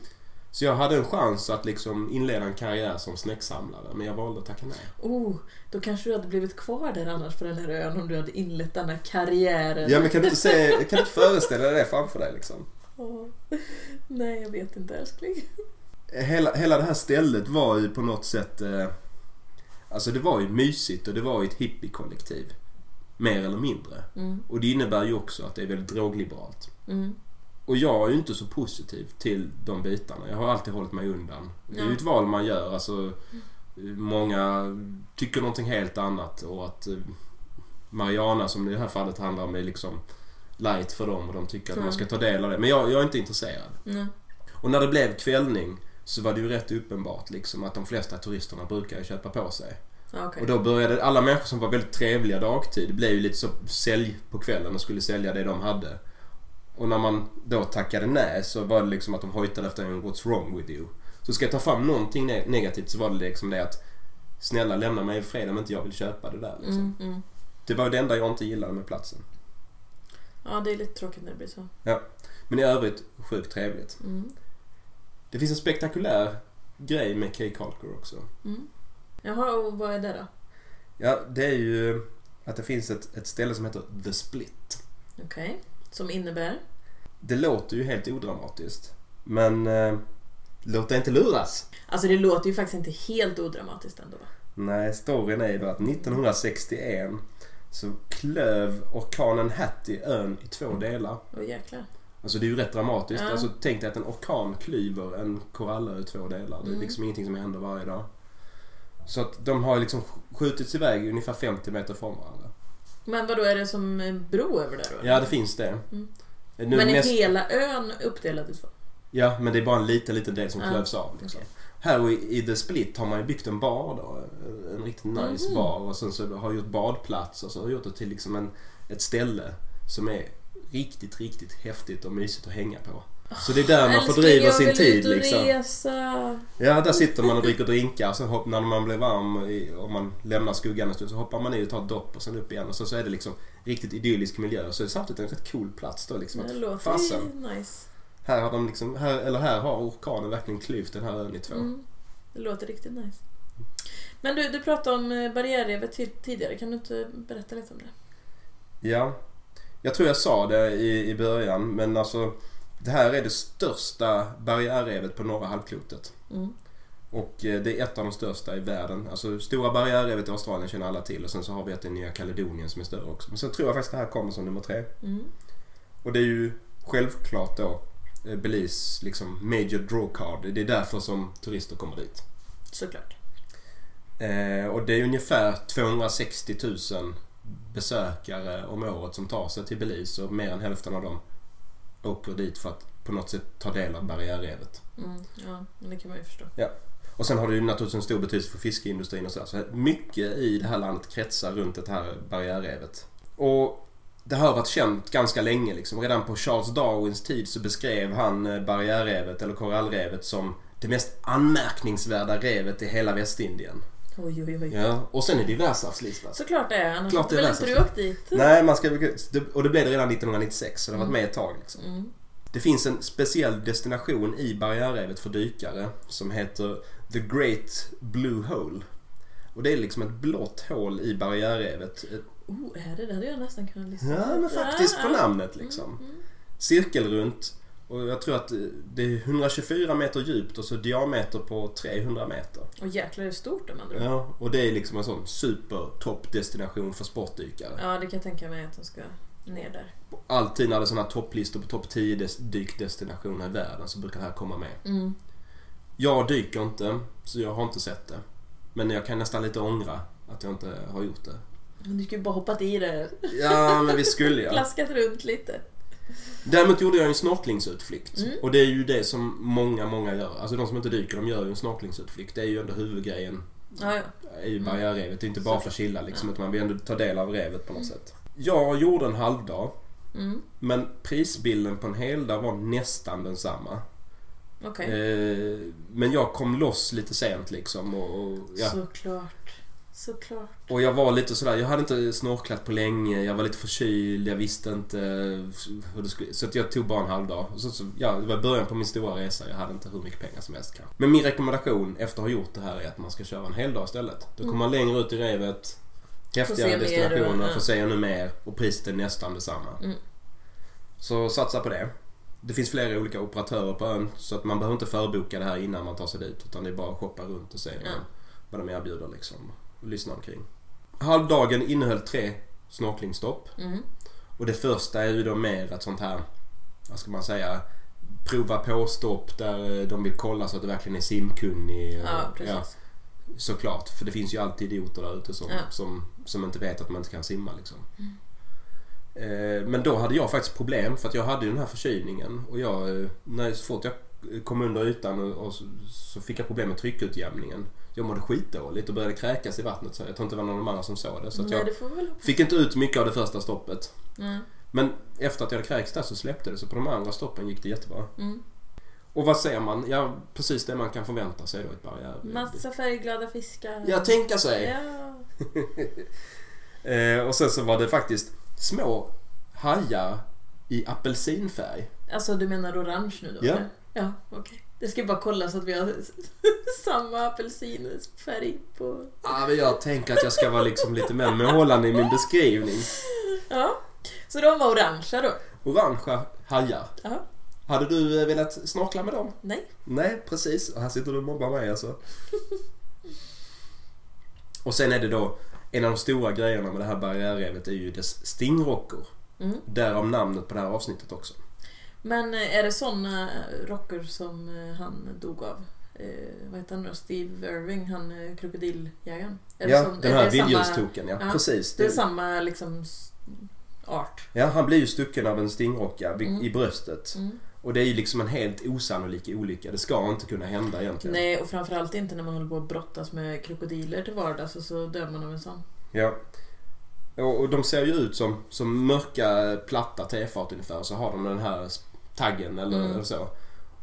[SPEAKER 2] Så jag hade en chans att liksom inleda en karriär som snäcksamlare men jag valde att tacka nej.
[SPEAKER 1] Oh, då kanske du hade blivit kvar där annars på den här ön om du hade inlett denna karriären.
[SPEAKER 2] Ja men kan du inte, se, kan du inte föreställa dig det framför dig liksom?
[SPEAKER 1] Åh. (laughs) Nej, jag vet inte älskling.
[SPEAKER 2] hela, hela det här stället var ju på något sätt... Eh, alltså det var ju mysigt och det var ju ett hippiekollektiv. Mer eller mindre.
[SPEAKER 1] Mm.
[SPEAKER 2] Och det innebär ju också att det är väldigt drogliberalt.
[SPEAKER 1] Mm.
[SPEAKER 2] Och jag är ju inte så positiv till de bitarna. Jag har alltid hållit mig undan. Det är ju
[SPEAKER 1] Ja.
[SPEAKER 2] ett val man gör. Alltså, många tycker någonting helt annat och att eh, Mariana som det i det här fallet handlar om är liksom light för dem och de tycker att
[SPEAKER 1] Mm.
[SPEAKER 2] man ska ta del av det. Men jag, jag är inte intresserad.
[SPEAKER 1] Nej.
[SPEAKER 2] Och när det blev kvällning så var det ju rätt uppenbart liksom att de flesta turisterna brukar ju köpa på sig.
[SPEAKER 1] Ja, okej.
[SPEAKER 2] Och då började alla människor som var väldigt trevliga dagtid blev ju lite så sälj på kvällen och skulle sälja det de hade. Och när man då tackade nej så var det liksom att de hojtade efter en What's wrong with you? Så ska jag ta fram någonting ne- negativt så var det liksom det att Snälla lämna mig i fred om inte jag vill köpa det där liksom.
[SPEAKER 1] Mm, mm.
[SPEAKER 2] Det var det enda jag inte gillade med platsen.
[SPEAKER 1] Ja, det är lite tråkigt när det blir så.
[SPEAKER 2] Men i övrigt sjukt trevligt.
[SPEAKER 1] Mm.
[SPEAKER 2] Det finns en spektakulär grej med Kay Culker också.
[SPEAKER 1] Mm. Jaha, och vad är det då?
[SPEAKER 2] Ja, det är ju att det finns ett, ett ställe som heter The Split.
[SPEAKER 1] Okej. Som innebär?
[SPEAKER 2] Det låter ju helt odramatiskt. Men eh, låt dig inte luras.
[SPEAKER 1] Alltså det låter ju faktiskt inte helt odramatiskt ändå.
[SPEAKER 2] Nej, storyn är ju då att 1961 så klöv orkanen Hattie ön i två delar.
[SPEAKER 1] Åh jäklar.
[SPEAKER 2] Alltså det är ju rätt dramatiskt.
[SPEAKER 1] Ja.
[SPEAKER 2] Alltså, tänk dig att en orkan klyver en korallö i två delar. Det är
[SPEAKER 1] Mm.
[SPEAKER 2] liksom ingenting som händer varje dag. Så att de har liksom sk- skjutits iväg ungefär 50 meter från varandra.
[SPEAKER 1] Men vad då är det som en bro över där då?
[SPEAKER 2] Ja, det finns det.
[SPEAKER 1] Mm.
[SPEAKER 2] Nu
[SPEAKER 1] Men är
[SPEAKER 2] mest-
[SPEAKER 1] hela ön uppdelad i två?
[SPEAKER 2] Ja, men det är bara en liten, liten del som
[SPEAKER 1] Ja,
[SPEAKER 2] klövs av. Liksom.
[SPEAKER 1] okej.
[SPEAKER 2] Här i, i The Split har man ju byggt en bar då. En riktigt nice
[SPEAKER 1] Mhm.
[SPEAKER 2] bar. Och sen så har gjort badplatser. Så har gjort det till liksom en, ett ställe som är riktigt, riktigt häftigt och mysigt att hänga på. Så det är där man fördriver sin tid
[SPEAKER 1] Älskling, jag vill ut och
[SPEAKER 2] liksom.
[SPEAKER 1] resa.
[SPEAKER 2] Ja, där sitter man och dricker drinkar. Sen hopp, när man blir varm i- och man lämnar skuggan en stund så hoppar man i och tar ett dopp och sen upp igen. Och sen så är det liksom riktigt idyllisk miljö. Så är det samtidigt en rätt cool plats då liksom.
[SPEAKER 1] Det
[SPEAKER 2] att
[SPEAKER 1] låter
[SPEAKER 2] fasen.
[SPEAKER 1] ju nice.
[SPEAKER 2] Här har de liksom, här, eller här har orkanen verkligen klyvt den här ön i två.
[SPEAKER 1] Mm. Det låter riktigt nice. Men du, du pratade om eh, barriärrevet ti- tidigare. Kan du inte berätta lite om det?
[SPEAKER 2] Ja. Jag tror jag sa det i, i början men alltså det här är det största barriärrevet på norra halvklotet.
[SPEAKER 1] Mm.
[SPEAKER 2] Och eh, det är ett av de största i världen. Alltså stora barriärrevet i Australien känner alla till och sen så har vi ett i Nya Kaledonien som är större också. Men sen tror jag faktiskt det här kommer som nummer tre.
[SPEAKER 1] Mm.
[SPEAKER 2] Och det är ju självklart då eh, Belize liksom major draw card. Det är därför som turister kommer dit.
[SPEAKER 1] Såklart.
[SPEAKER 2] Eh, och det är ungefär 260 000 besökare om året som tar sig till Belize och mer än hälften av dem åker dit för att på något sätt ta del av barriärrevet.
[SPEAKER 1] Mm. Ja, men det kan man ju förstå.
[SPEAKER 2] Och sen har det ju naturligtvis en stor betydelse för fiskeindustrin och sådär. Så mycket i det här landet kretsar runt det här barriärrevet. Och det här har varit känt ganska länge liksom. Redan på Charles Darwins tid så beskrev han eh, barriärrevet eller korallrevet som det mest anmärkningsvärda revet i hela Västindien.
[SPEAKER 1] Oj, oj, oj.
[SPEAKER 2] Ja, och sen är det ju världsarvslistan.
[SPEAKER 1] Såklart det är. Annars
[SPEAKER 2] Klart
[SPEAKER 1] hade
[SPEAKER 2] det är
[SPEAKER 1] väl inte du
[SPEAKER 2] värt
[SPEAKER 1] åkt dit?
[SPEAKER 2] Nej, man ska, det- och det blev det redan 1996 så det har varit med ett tag. Liksom.
[SPEAKER 1] Mm.
[SPEAKER 2] Det finns en speciell destination i barriärrevet för dykare som heter The Great Blue Hole. Och det är liksom ett blått hål i barriärrevet. Ett-
[SPEAKER 1] Oh, är det? Det hade jag nästan kunnat lista
[SPEAKER 2] Ja,
[SPEAKER 1] ut.
[SPEAKER 2] men faktiskt på
[SPEAKER 1] Ja.
[SPEAKER 2] namnet liksom.
[SPEAKER 1] Mm, mm.
[SPEAKER 2] Cirkelrunt. Och jag tror att det är 124 meter djupt och så diameter på 300 meter.
[SPEAKER 1] Och jäklar är det stort om andra ord.
[SPEAKER 2] Ja, och det är liksom en sån supertoppdestination för sportdykare.
[SPEAKER 1] Ja, det kan jag tänka mig att de ska ner där.
[SPEAKER 2] Alltid när det är sådana här topplistor på topp 10 des- dykdestinationer i världen så brukar det här komma med.
[SPEAKER 1] Mm.
[SPEAKER 2] Jag dyker inte, så jag har inte sett det. Men jag kan nästan lite ångra att jag inte har gjort det.
[SPEAKER 1] Men Du skulle ju bara hoppat i det.
[SPEAKER 2] Ja, men vi skulle ju.
[SPEAKER 1] Plaskat runt lite.
[SPEAKER 2] Däremot gjorde jag en snorklingsutflykt.
[SPEAKER 1] Mm.
[SPEAKER 2] Och det är ju det som många, många gör. Alltså de som inte dyker, de gör ju en snorklingsutflykt. Det är ju ändå huvudgrejen
[SPEAKER 1] Ja, ja.
[SPEAKER 2] är ju barriärrevet. Det är inte bara för att chilla liksom, utan man vill ändå ta del av revet på något sätt. Jag gjorde en halvdag,
[SPEAKER 1] Mm.
[SPEAKER 2] men prisbilden på en heldag var nästan densamma.
[SPEAKER 1] Okej.
[SPEAKER 2] Eh, men jag kom loss lite sent liksom och, och, ja.
[SPEAKER 1] Såklart. Såklart.
[SPEAKER 2] och jag var lite sådär, jag hade inte snorklat på länge, jag var lite förkyld, jag visste inte hur det skulle... Så att jag tog bara en halv dag. Och så, så, ja, det var början på min stora resa, jag hade inte hur mycket pengar som helst kanske. Men min rekommendation efter att ha gjort det här är att man ska köra en hel dag istället. Då kommer man längre ut i revet, häftigare
[SPEAKER 1] mer och-
[SPEAKER 2] destinationer,
[SPEAKER 1] ja.
[SPEAKER 2] får se ännu mer och priset är nästan detsamma.
[SPEAKER 1] Mm.
[SPEAKER 2] Så satsa på det. Det finns flera olika operatörer på ön så att man behöver inte förboka det här innan man tar sig dit utan det är bara att shoppa runt och se vad
[SPEAKER 1] Ja.
[SPEAKER 2] de- vad de erbjuder liksom. Och lyssna omkring. Halvdagen innehöll tre snorklingstopp
[SPEAKER 1] Mm.
[SPEAKER 2] och det första är ju då mer ett sånt här, vad ska man säga, prova på-stopp där eh, de vill kolla så att du verkligen är simkunnig. och-
[SPEAKER 1] Ja, precis.
[SPEAKER 2] såklart, för det finns ju alltid idioter där ute som,
[SPEAKER 1] Ja. Mm.
[SPEAKER 2] som, som inte vet att man inte kan simma liksom. Eh, Men då hade jag faktiskt problem för att jag hade ju den här förkylningen och jag, eh, när, så fort jag kom under ytan och, och så, så fick jag problem med tryckutjämningen. Jag mådde skitdåligt och började kräkas i vattnet så jag tror inte det var någon annan som såg det. Så att
[SPEAKER 1] Nej,
[SPEAKER 2] jag
[SPEAKER 1] det får vi väl hoppas.
[SPEAKER 2] fick inte ut mycket av det första stoppet.
[SPEAKER 1] Nej.
[SPEAKER 2] Men efter att jag hade kräkts där så släppte det så på de andra stoppen gick det jättebra.
[SPEAKER 1] Mm.
[SPEAKER 2] Och vad ser man? Ja, precis det man kan förvänta sig då i ett barriär.
[SPEAKER 1] Massa färgglada fiskar.
[SPEAKER 2] Ja, tänka sig!
[SPEAKER 1] Ja.
[SPEAKER 2] Eh, och sen så var det faktiskt små hajar i apelsinfärg.
[SPEAKER 1] Alltså du menar orange nu då?
[SPEAKER 2] Ja.
[SPEAKER 1] eller? Ja, okej. Det ska bara kolla så att vi har (laughs) samma apelsinfärg på...
[SPEAKER 2] Ah, men jag tänker att jag ska vara liksom lite mer målande i min beskrivning.
[SPEAKER 1] Ja. Så de var orangea då?
[SPEAKER 2] Orangea hajar.
[SPEAKER 1] Ja.
[SPEAKER 2] Hade du eh, velat snorkla med dem?
[SPEAKER 1] Nej.
[SPEAKER 2] Nej, precis. Och Här sitter du och mobbar mig alltså. och sen är det då, en av de stora grejerna med det här barriärrevet är ju dess stingrockor.
[SPEAKER 1] Mm.
[SPEAKER 2] Därav namnet på det här avsnittet också.
[SPEAKER 1] Men eh, är det såna rocker som eh, han dog av? Eh, vad heter han då? Steve Irving, han eh, krokodiljägaren? Är det
[SPEAKER 2] Ja,
[SPEAKER 1] sån-
[SPEAKER 2] den
[SPEAKER 1] är
[SPEAKER 2] här
[SPEAKER 1] det samma-
[SPEAKER 2] vildljusstoken, ja.
[SPEAKER 1] Ja,
[SPEAKER 2] Precis.
[SPEAKER 1] Det är
[SPEAKER 2] Det-
[SPEAKER 1] samma liksom s- art.
[SPEAKER 2] Ja, han blir ju stucken av en stingrocka vid-
[SPEAKER 1] Mm.
[SPEAKER 2] i bröstet.
[SPEAKER 1] Mm.
[SPEAKER 2] Och det är ju liksom en helt osannolik olycka. Det ska inte kunna hända egentligen.
[SPEAKER 1] Nej, och framförallt inte när man håller på att brottas med krokodiler till vardags och så dör man av en sån.
[SPEAKER 2] Ja. Och, och de ser ju ut som, som mörka eh, platta tefat ungefär. Så har de den här taggen eller,
[SPEAKER 1] Mm.
[SPEAKER 2] eller så.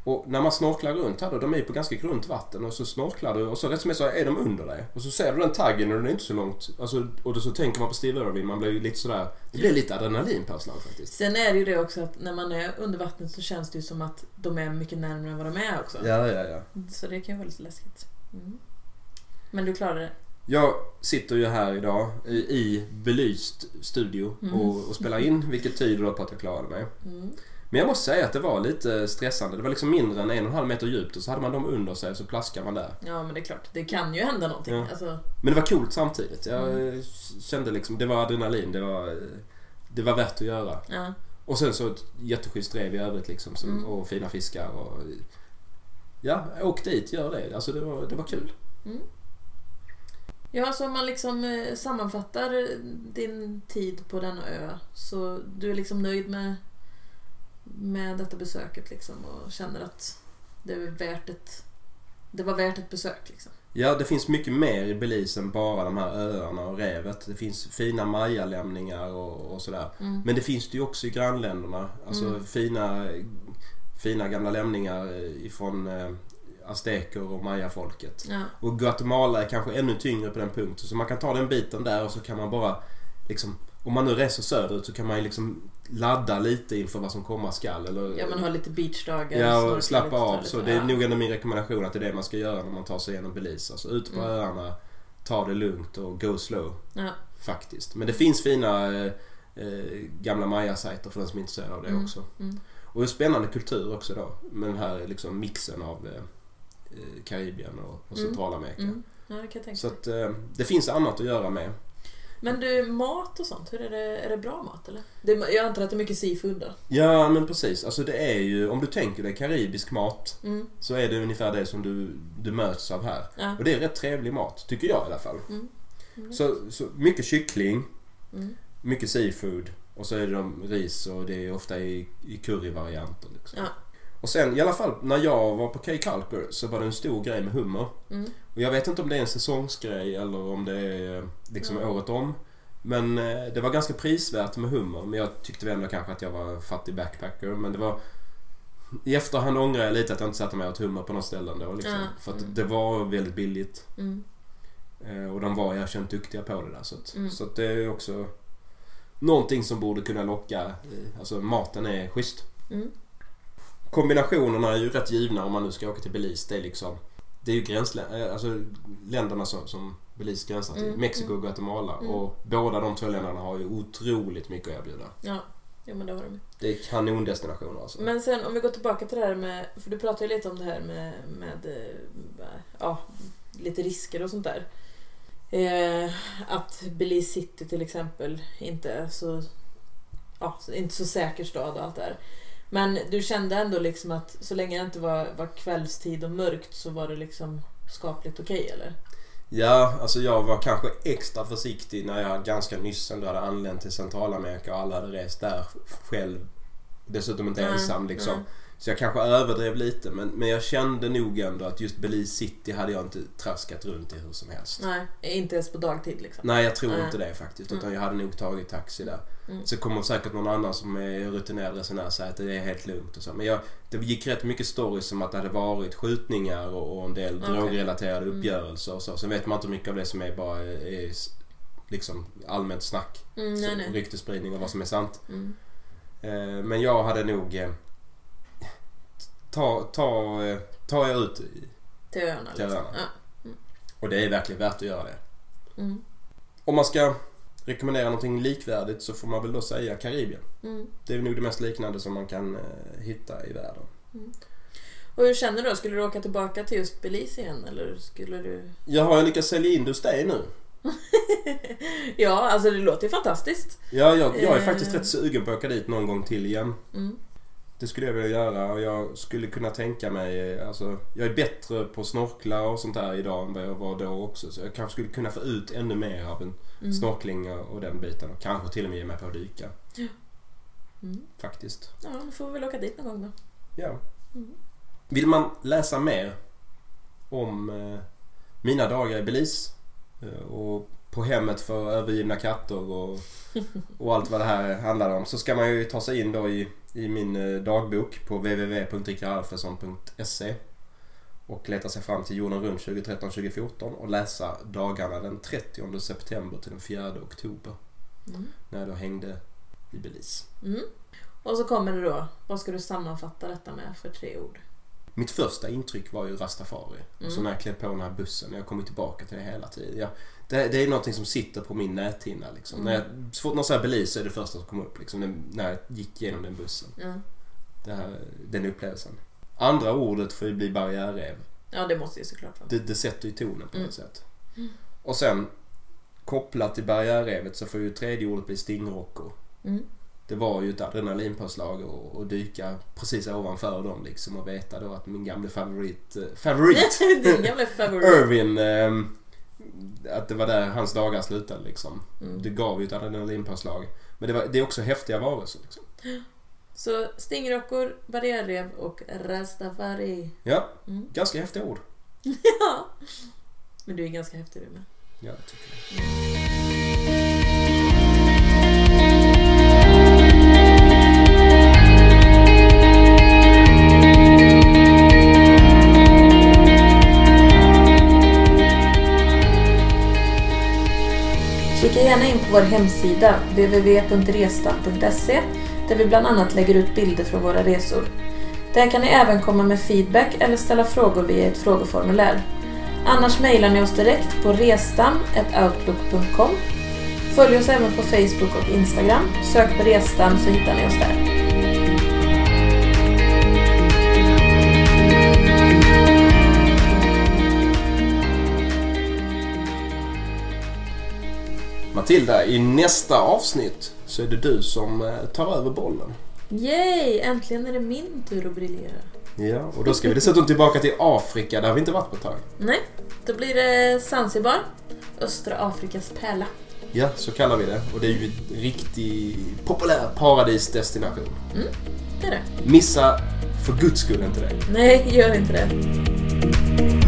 [SPEAKER 2] Och när man snorklar runt här då, de är ju på ganska grunt vatten och så snorklar du och så rätt som är så är de under dig. Och så ser du den taggen och den är inte så långt. Alltså, och då så tänker man på Steve Irwin, man blir ju lite sådär. Det blir lite adrenalin på slant faktiskt.
[SPEAKER 1] Sen är det ju det också att när man är under vattnet så känns det ju som att de är mycket närmare än vad de är också.
[SPEAKER 2] Ja, ja, ja.
[SPEAKER 1] Så det kan ju vara lite läskigt. Mm. Men du klarade det.
[SPEAKER 2] Jag sitter ju här idag i, i belyst studio
[SPEAKER 1] Mm.
[SPEAKER 2] och, och spelar in vilket tyder då på att jag klarade mig.
[SPEAKER 1] Mm.
[SPEAKER 2] Men jag måste säga att det var lite stressande. Det var liksom mindre än en och en halv meter djupt och så hade man dem under sig och så plaskade man där.
[SPEAKER 1] Ja, men det är klart. Det kan ju hända någonting.
[SPEAKER 2] Ja.
[SPEAKER 1] Alltså,
[SPEAKER 2] Men det var coolt samtidigt. Jag eh, kände liksom, det var adrenalin. Det var, eh, det var värt att göra.
[SPEAKER 1] ja.
[SPEAKER 2] Och sen så ett jätteschysst rev i övrigt liksom som,
[SPEAKER 1] Mm.
[SPEAKER 2] och fina fiskar och... Ja, åk dit, gör det. Alltså det var, det var kul.
[SPEAKER 1] ja, så om man liksom eh, sammanfattar din tid på denna ö så du är liksom nöjd med, med detta besöket liksom och känner att det är värt ett det var värt ett besök liksom.
[SPEAKER 2] Ja, det finns mycket mer i Belize än bara de här öarna och revet. Det finns fina mayalämningar och, och sådär.
[SPEAKER 1] Mm.
[SPEAKER 2] Men det finns det ju också i grannländerna. Alltså
[SPEAKER 1] Mm.
[SPEAKER 2] fina, fina gamla lämningar ifrån eh, azteker och mayafolket.
[SPEAKER 1] Ja.
[SPEAKER 2] Och Guatemala är kanske ännu tyngre på den punkten. Så man kan ta den biten där och så kan man bara liksom om man nu reser söderut så kan man ju liksom ladda lite inför vad som komma skall. Eller,
[SPEAKER 1] ja, man har lite beachdagar.
[SPEAKER 2] Ja,
[SPEAKER 1] snorkar
[SPEAKER 2] och slappa
[SPEAKER 1] lite, tar
[SPEAKER 2] av.
[SPEAKER 1] lite-
[SPEAKER 2] Så det är
[SPEAKER 1] ja.
[SPEAKER 2] nog ändå min rekommendation att det är det man ska göra när man tar sig igenom Belize. Alltså ut på
[SPEAKER 1] Mm.
[SPEAKER 2] öarna, ta det lugnt och go slow.
[SPEAKER 1] Ja.
[SPEAKER 2] Faktiskt. Men det finns fina eh, eh, gamla Maya-sajter för den som är intresserad av det
[SPEAKER 1] Mm,
[SPEAKER 2] också.
[SPEAKER 1] mm.
[SPEAKER 2] Och en spännande kultur också då. Med den här liksom mixen av eh, eh, Karibien och, och
[SPEAKER 1] Mm,
[SPEAKER 2] Centralamerika.
[SPEAKER 1] Mm. Ja, det kan jag tänka
[SPEAKER 2] Så
[SPEAKER 1] mig.
[SPEAKER 2] att eh, det finns annat att göra med.
[SPEAKER 1] Men du, mat och sånt, hur är det? Är det bra mat eller? Det, jag antar att det är mycket seafood då?
[SPEAKER 2] Ja men precis. Alltså det är ju, om du tänker dig karibisk mat
[SPEAKER 1] Mm.
[SPEAKER 2] så är det ungefär det som du, du möts av här.
[SPEAKER 1] Ja.
[SPEAKER 2] Och det är rätt trevlig mat, tycker jag i alla fall.
[SPEAKER 1] Mm. Mm.
[SPEAKER 2] Så, så mycket kyckling,
[SPEAKER 1] Mm.
[SPEAKER 2] mycket seafood och så är det de ris och det är ofta i, i curryvarianter. Liksom.
[SPEAKER 1] Ja.
[SPEAKER 2] Och sen i alla fall när jag var på Key Culture så var det en stor grej med hummer.
[SPEAKER 1] Mm.
[SPEAKER 2] Och jag vet inte om det är en säsongsgrej eller om det är eh, liksom
[SPEAKER 1] Ja.
[SPEAKER 2] året om. Men eh, det var ganska prisvärt med hummer. Men jag tyckte väl ändå kanske att jag var fattig backpacker. Men det var... I efterhand ångrar jag lite att jag inte satte mig och åt hummer på något ställe ändå. Liksom.
[SPEAKER 1] Ja.
[SPEAKER 2] För
[SPEAKER 1] Mm.
[SPEAKER 2] att det var väldigt billigt.
[SPEAKER 1] Mm.
[SPEAKER 2] Eh, Och de var erkänt duktiga på det där. Så, att,
[SPEAKER 1] Mm.
[SPEAKER 2] så att det är ju också någonting som borde kunna locka. eh, Alltså maten är schysst.
[SPEAKER 1] Mm.
[SPEAKER 2] Kombinationerna är ju rätt givna om man nu ska åka till Belize. Det är liksom det är ju gränslä- eh, alltså, länderna som, som Belize gränsar till.
[SPEAKER 1] Mm,
[SPEAKER 2] Mexiko och Guatemala.
[SPEAKER 1] Mm.
[SPEAKER 2] Och båda de två länderna har ju otroligt mycket att erbjuda.
[SPEAKER 1] Ja. Jo, men det har de ju.
[SPEAKER 2] Det är kanondestinationer alltså.
[SPEAKER 1] Men sen om vi går tillbaka till det här med, för du pratade ju lite om det här med, med eh, ja, lite risker och sånt där. Eh, att Belize City till exempel inte är så, ja, så- inte så säker stad och allt det där. Men du kände ändå liksom att så länge det inte var, var kvällstid och mörkt så var det liksom skapligt okej eller?
[SPEAKER 2] Ja, alltså jag var kanske extra försiktig när jag ganska nyss ändå hade anlänt till Centralamerika och alla hade rest där själv. Dessutom inte
[SPEAKER 1] Mm,
[SPEAKER 2] ensam liksom.
[SPEAKER 1] mm.
[SPEAKER 2] Så jag kanske överdrev lite men, men jag kände nog ändå att just Belize City hade jag inte traskat runt i hur som helst.
[SPEAKER 1] Nej, inte ens på dagtid liksom.
[SPEAKER 2] Nej, jag tror
[SPEAKER 1] Nej.
[SPEAKER 2] inte det faktiskt.
[SPEAKER 1] Mm.
[SPEAKER 2] Utan jag hade nog tagit taxi där.
[SPEAKER 1] Mm.
[SPEAKER 2] Så kommer säkert någon annan som är rutinerad resenär säga att det är helt lugnt och så. Men jag, det gick rätt mycket stories som att det hade varit skjutningar och, och en del
[SPEAKER 1] Okej.
[SPEAKER 2] drogrelaterade
[SPEAKER 1] Mm.
[SPEAKER 2] uppgörelser och så. Sen vet man inte hur mycket av det som är bara är, är s- liksom allmänt snack.
[SPEAKER 1] Mm,
[SPEAKER 2] Så
[SPEAKER 1] nej, nej.
[SPEAKER 2] Ryktesspridning och vad som är sant.
[SPEAKER 1] Mm.
[SPEAKER 2] Eh, Men jag hade nog... eh, Ta, ta, eh, ta er ut.
[SPEAKER 1] Till öarna.
[SPEAKER 2] Till
[SPEAKER 1] liksom.
[SPEAKER 2] öarna.
[SPEAKER 1] Ja.
[SPEAKER 2] Och det är verkligen värt att göra det.
[SPEAKER 1] Mm.
[SPEAKER 2] Om man ska rekommendera någonting likvärdigt så får man väl då säga Karibien.
[SPEAKER 1] Mm.
[SPEAKER 2] Det är nog det mest liknande som man kan eh, hitta i världen.
[SPEAKER 1] Och hur känner du då? Skulle du åka tillbaka till just Belize igen eller skulle du...
[SPEAKER 2] Jag har ju lyckats sälja in just dig nu.
[SPEAKER 1] ja, alltså det låter ju fantastiskt.
[SPEAKER 2] Ja, jag, jag är
[SPEAKER 1] Eh.
[SPEAKER 2] faktiskt rätt sugen på att åka dit någon gång till igen.
[SPEAKER 1] Mm.
[SPEAKER 2] Det skulle jag vilja göra och jag skulle kunna tänka mig, alltså jag är bättre på att snorkla och sånt där idag än vad jag var då också. Så jag kanske skulle kunna få ut ännu mer av en
[SPEAKER 1] Mm.
[SPEAKER 2] snorkling och och den biten. Och kanske till och med ge mig på att dyka
[SPEAKER 1] Mm.
[SPEAKER 2] faktiskt.
[SPEAKER 1] Ja, då får vi väl åka dit någon gång då.
[SPEAKER 2] Ja.
[SPEAKER 1] Mm.
[SPEAKER 2] Vill man läsa mer om eh, mina dagar i Belize eh, och på hemmet för övergivna katter och, och allt vad det här handlar om så ska man ju ta sig in då i, i min eh, dagbok på www.rickaralfredsson.se och leta sig fram till jorden runt 2013-2014 och läsa dagarna den 30 september till den 4 oktober
[SPEAKER 1] Mm.
[SPEAKER 2] när jag då hängde i Belize.
[SPEAKER 1] Mm. Och så kommer det då, vad ska du sammanfatta detta med för tre ord?
[SPEAKER 2] Mitt första intryck var ju rastafari. Och så
[SPEAKER 1] Mm.
[SPEAKER 2] när jag klev på den här bussen, jag kommer tillbaka till det hela tiden. Jag, det, det är någonting som sitter på min näthinna liksom.
[SPEAKER 1] Mm.
[SPEAKER 2] När jag, så fort någon säger Belize så är det första som kommer upp liksom, den, när jag gick igenom den bussen.
[SPEAKER 1] Ja,
[SPEAKER 2] Det här, den upplevelsen. Andra ordet får ju bli barriärrev.
[SPEAKER 1] ja det måste ju såklart vara.
[SPEAKER 2] Det, det sätter ju tonen på
[SPEAKER 1] Mm.
[SPEAKER 2] något sätt. Och sen kopplat till barriärrevet så får ju tredje ordet bli stingrockor.
[SPEAKER 1] Mm.
[SPEAKER 2] Det var ju ett adrenalinpåslag och, och dyka precis ovanför dem liksom och veta då att min gamla favorit, eh,
[SPEAKER 1] (laughs)
[SPEAKER 2] favorit
[SPEAKER 1] Din gamla favorit.
[SPEAKER 2] Irvin, ehm, att det var där hans dagar slutade liksom. Det
[SPEAKER 1] Mm.
[SPEAKER 2] gav ju ett adrenalinpåslag. Men det, var, det är också häftiga varelser. Liksom.
[SPEAKER 1] Så stingrockor, barriärrev och rastafari.
[SPEAKER 2] Ja,
[SPEAKER 1] Mm. (laughs)
[SPEAKER 2] ganska häftiga ord.
[SPEAKER 1] Ja. Men du är ganska häftig du med.
[SPEAKER 2] Ja, jag tycker det.
[SPEAKER 1] Kika gärna in på vår hemsida www.restan.se där vi bland annat lägger ut bilder från våra resor. Där kan ni även komma med feedback eller ställa frågor via ett frågeformulär. Annars mejlar ni oss direkt på restam.outlook.com. Följ oss även på Facebook och Instagram. Sök på Restam så hittar ni oss där.
[SPEAKER 2] Matilda, i nästa avsnitt så är det du som eh, tar över bollen.
[SPEAKER 1] Yay! Äntligen är det min tur att briljera.
[SPEAKER 2] Ja, och då ska vi dessutom tillbaka till Afrika där vi inte varit på ett tag.
[SPEAKER 1] Nej, då blir det Zanzibar. Östra Afrikas pärla.
[SPEAKER 2] Ja, så kallar vi det. Och det är ju en riktig populär paradisdestination.
[SPEAKER 1] Det är det.
[SPEAKER 2] Missa för guds skull inte det.
[SPEAKER 1] Nej, gör inte det.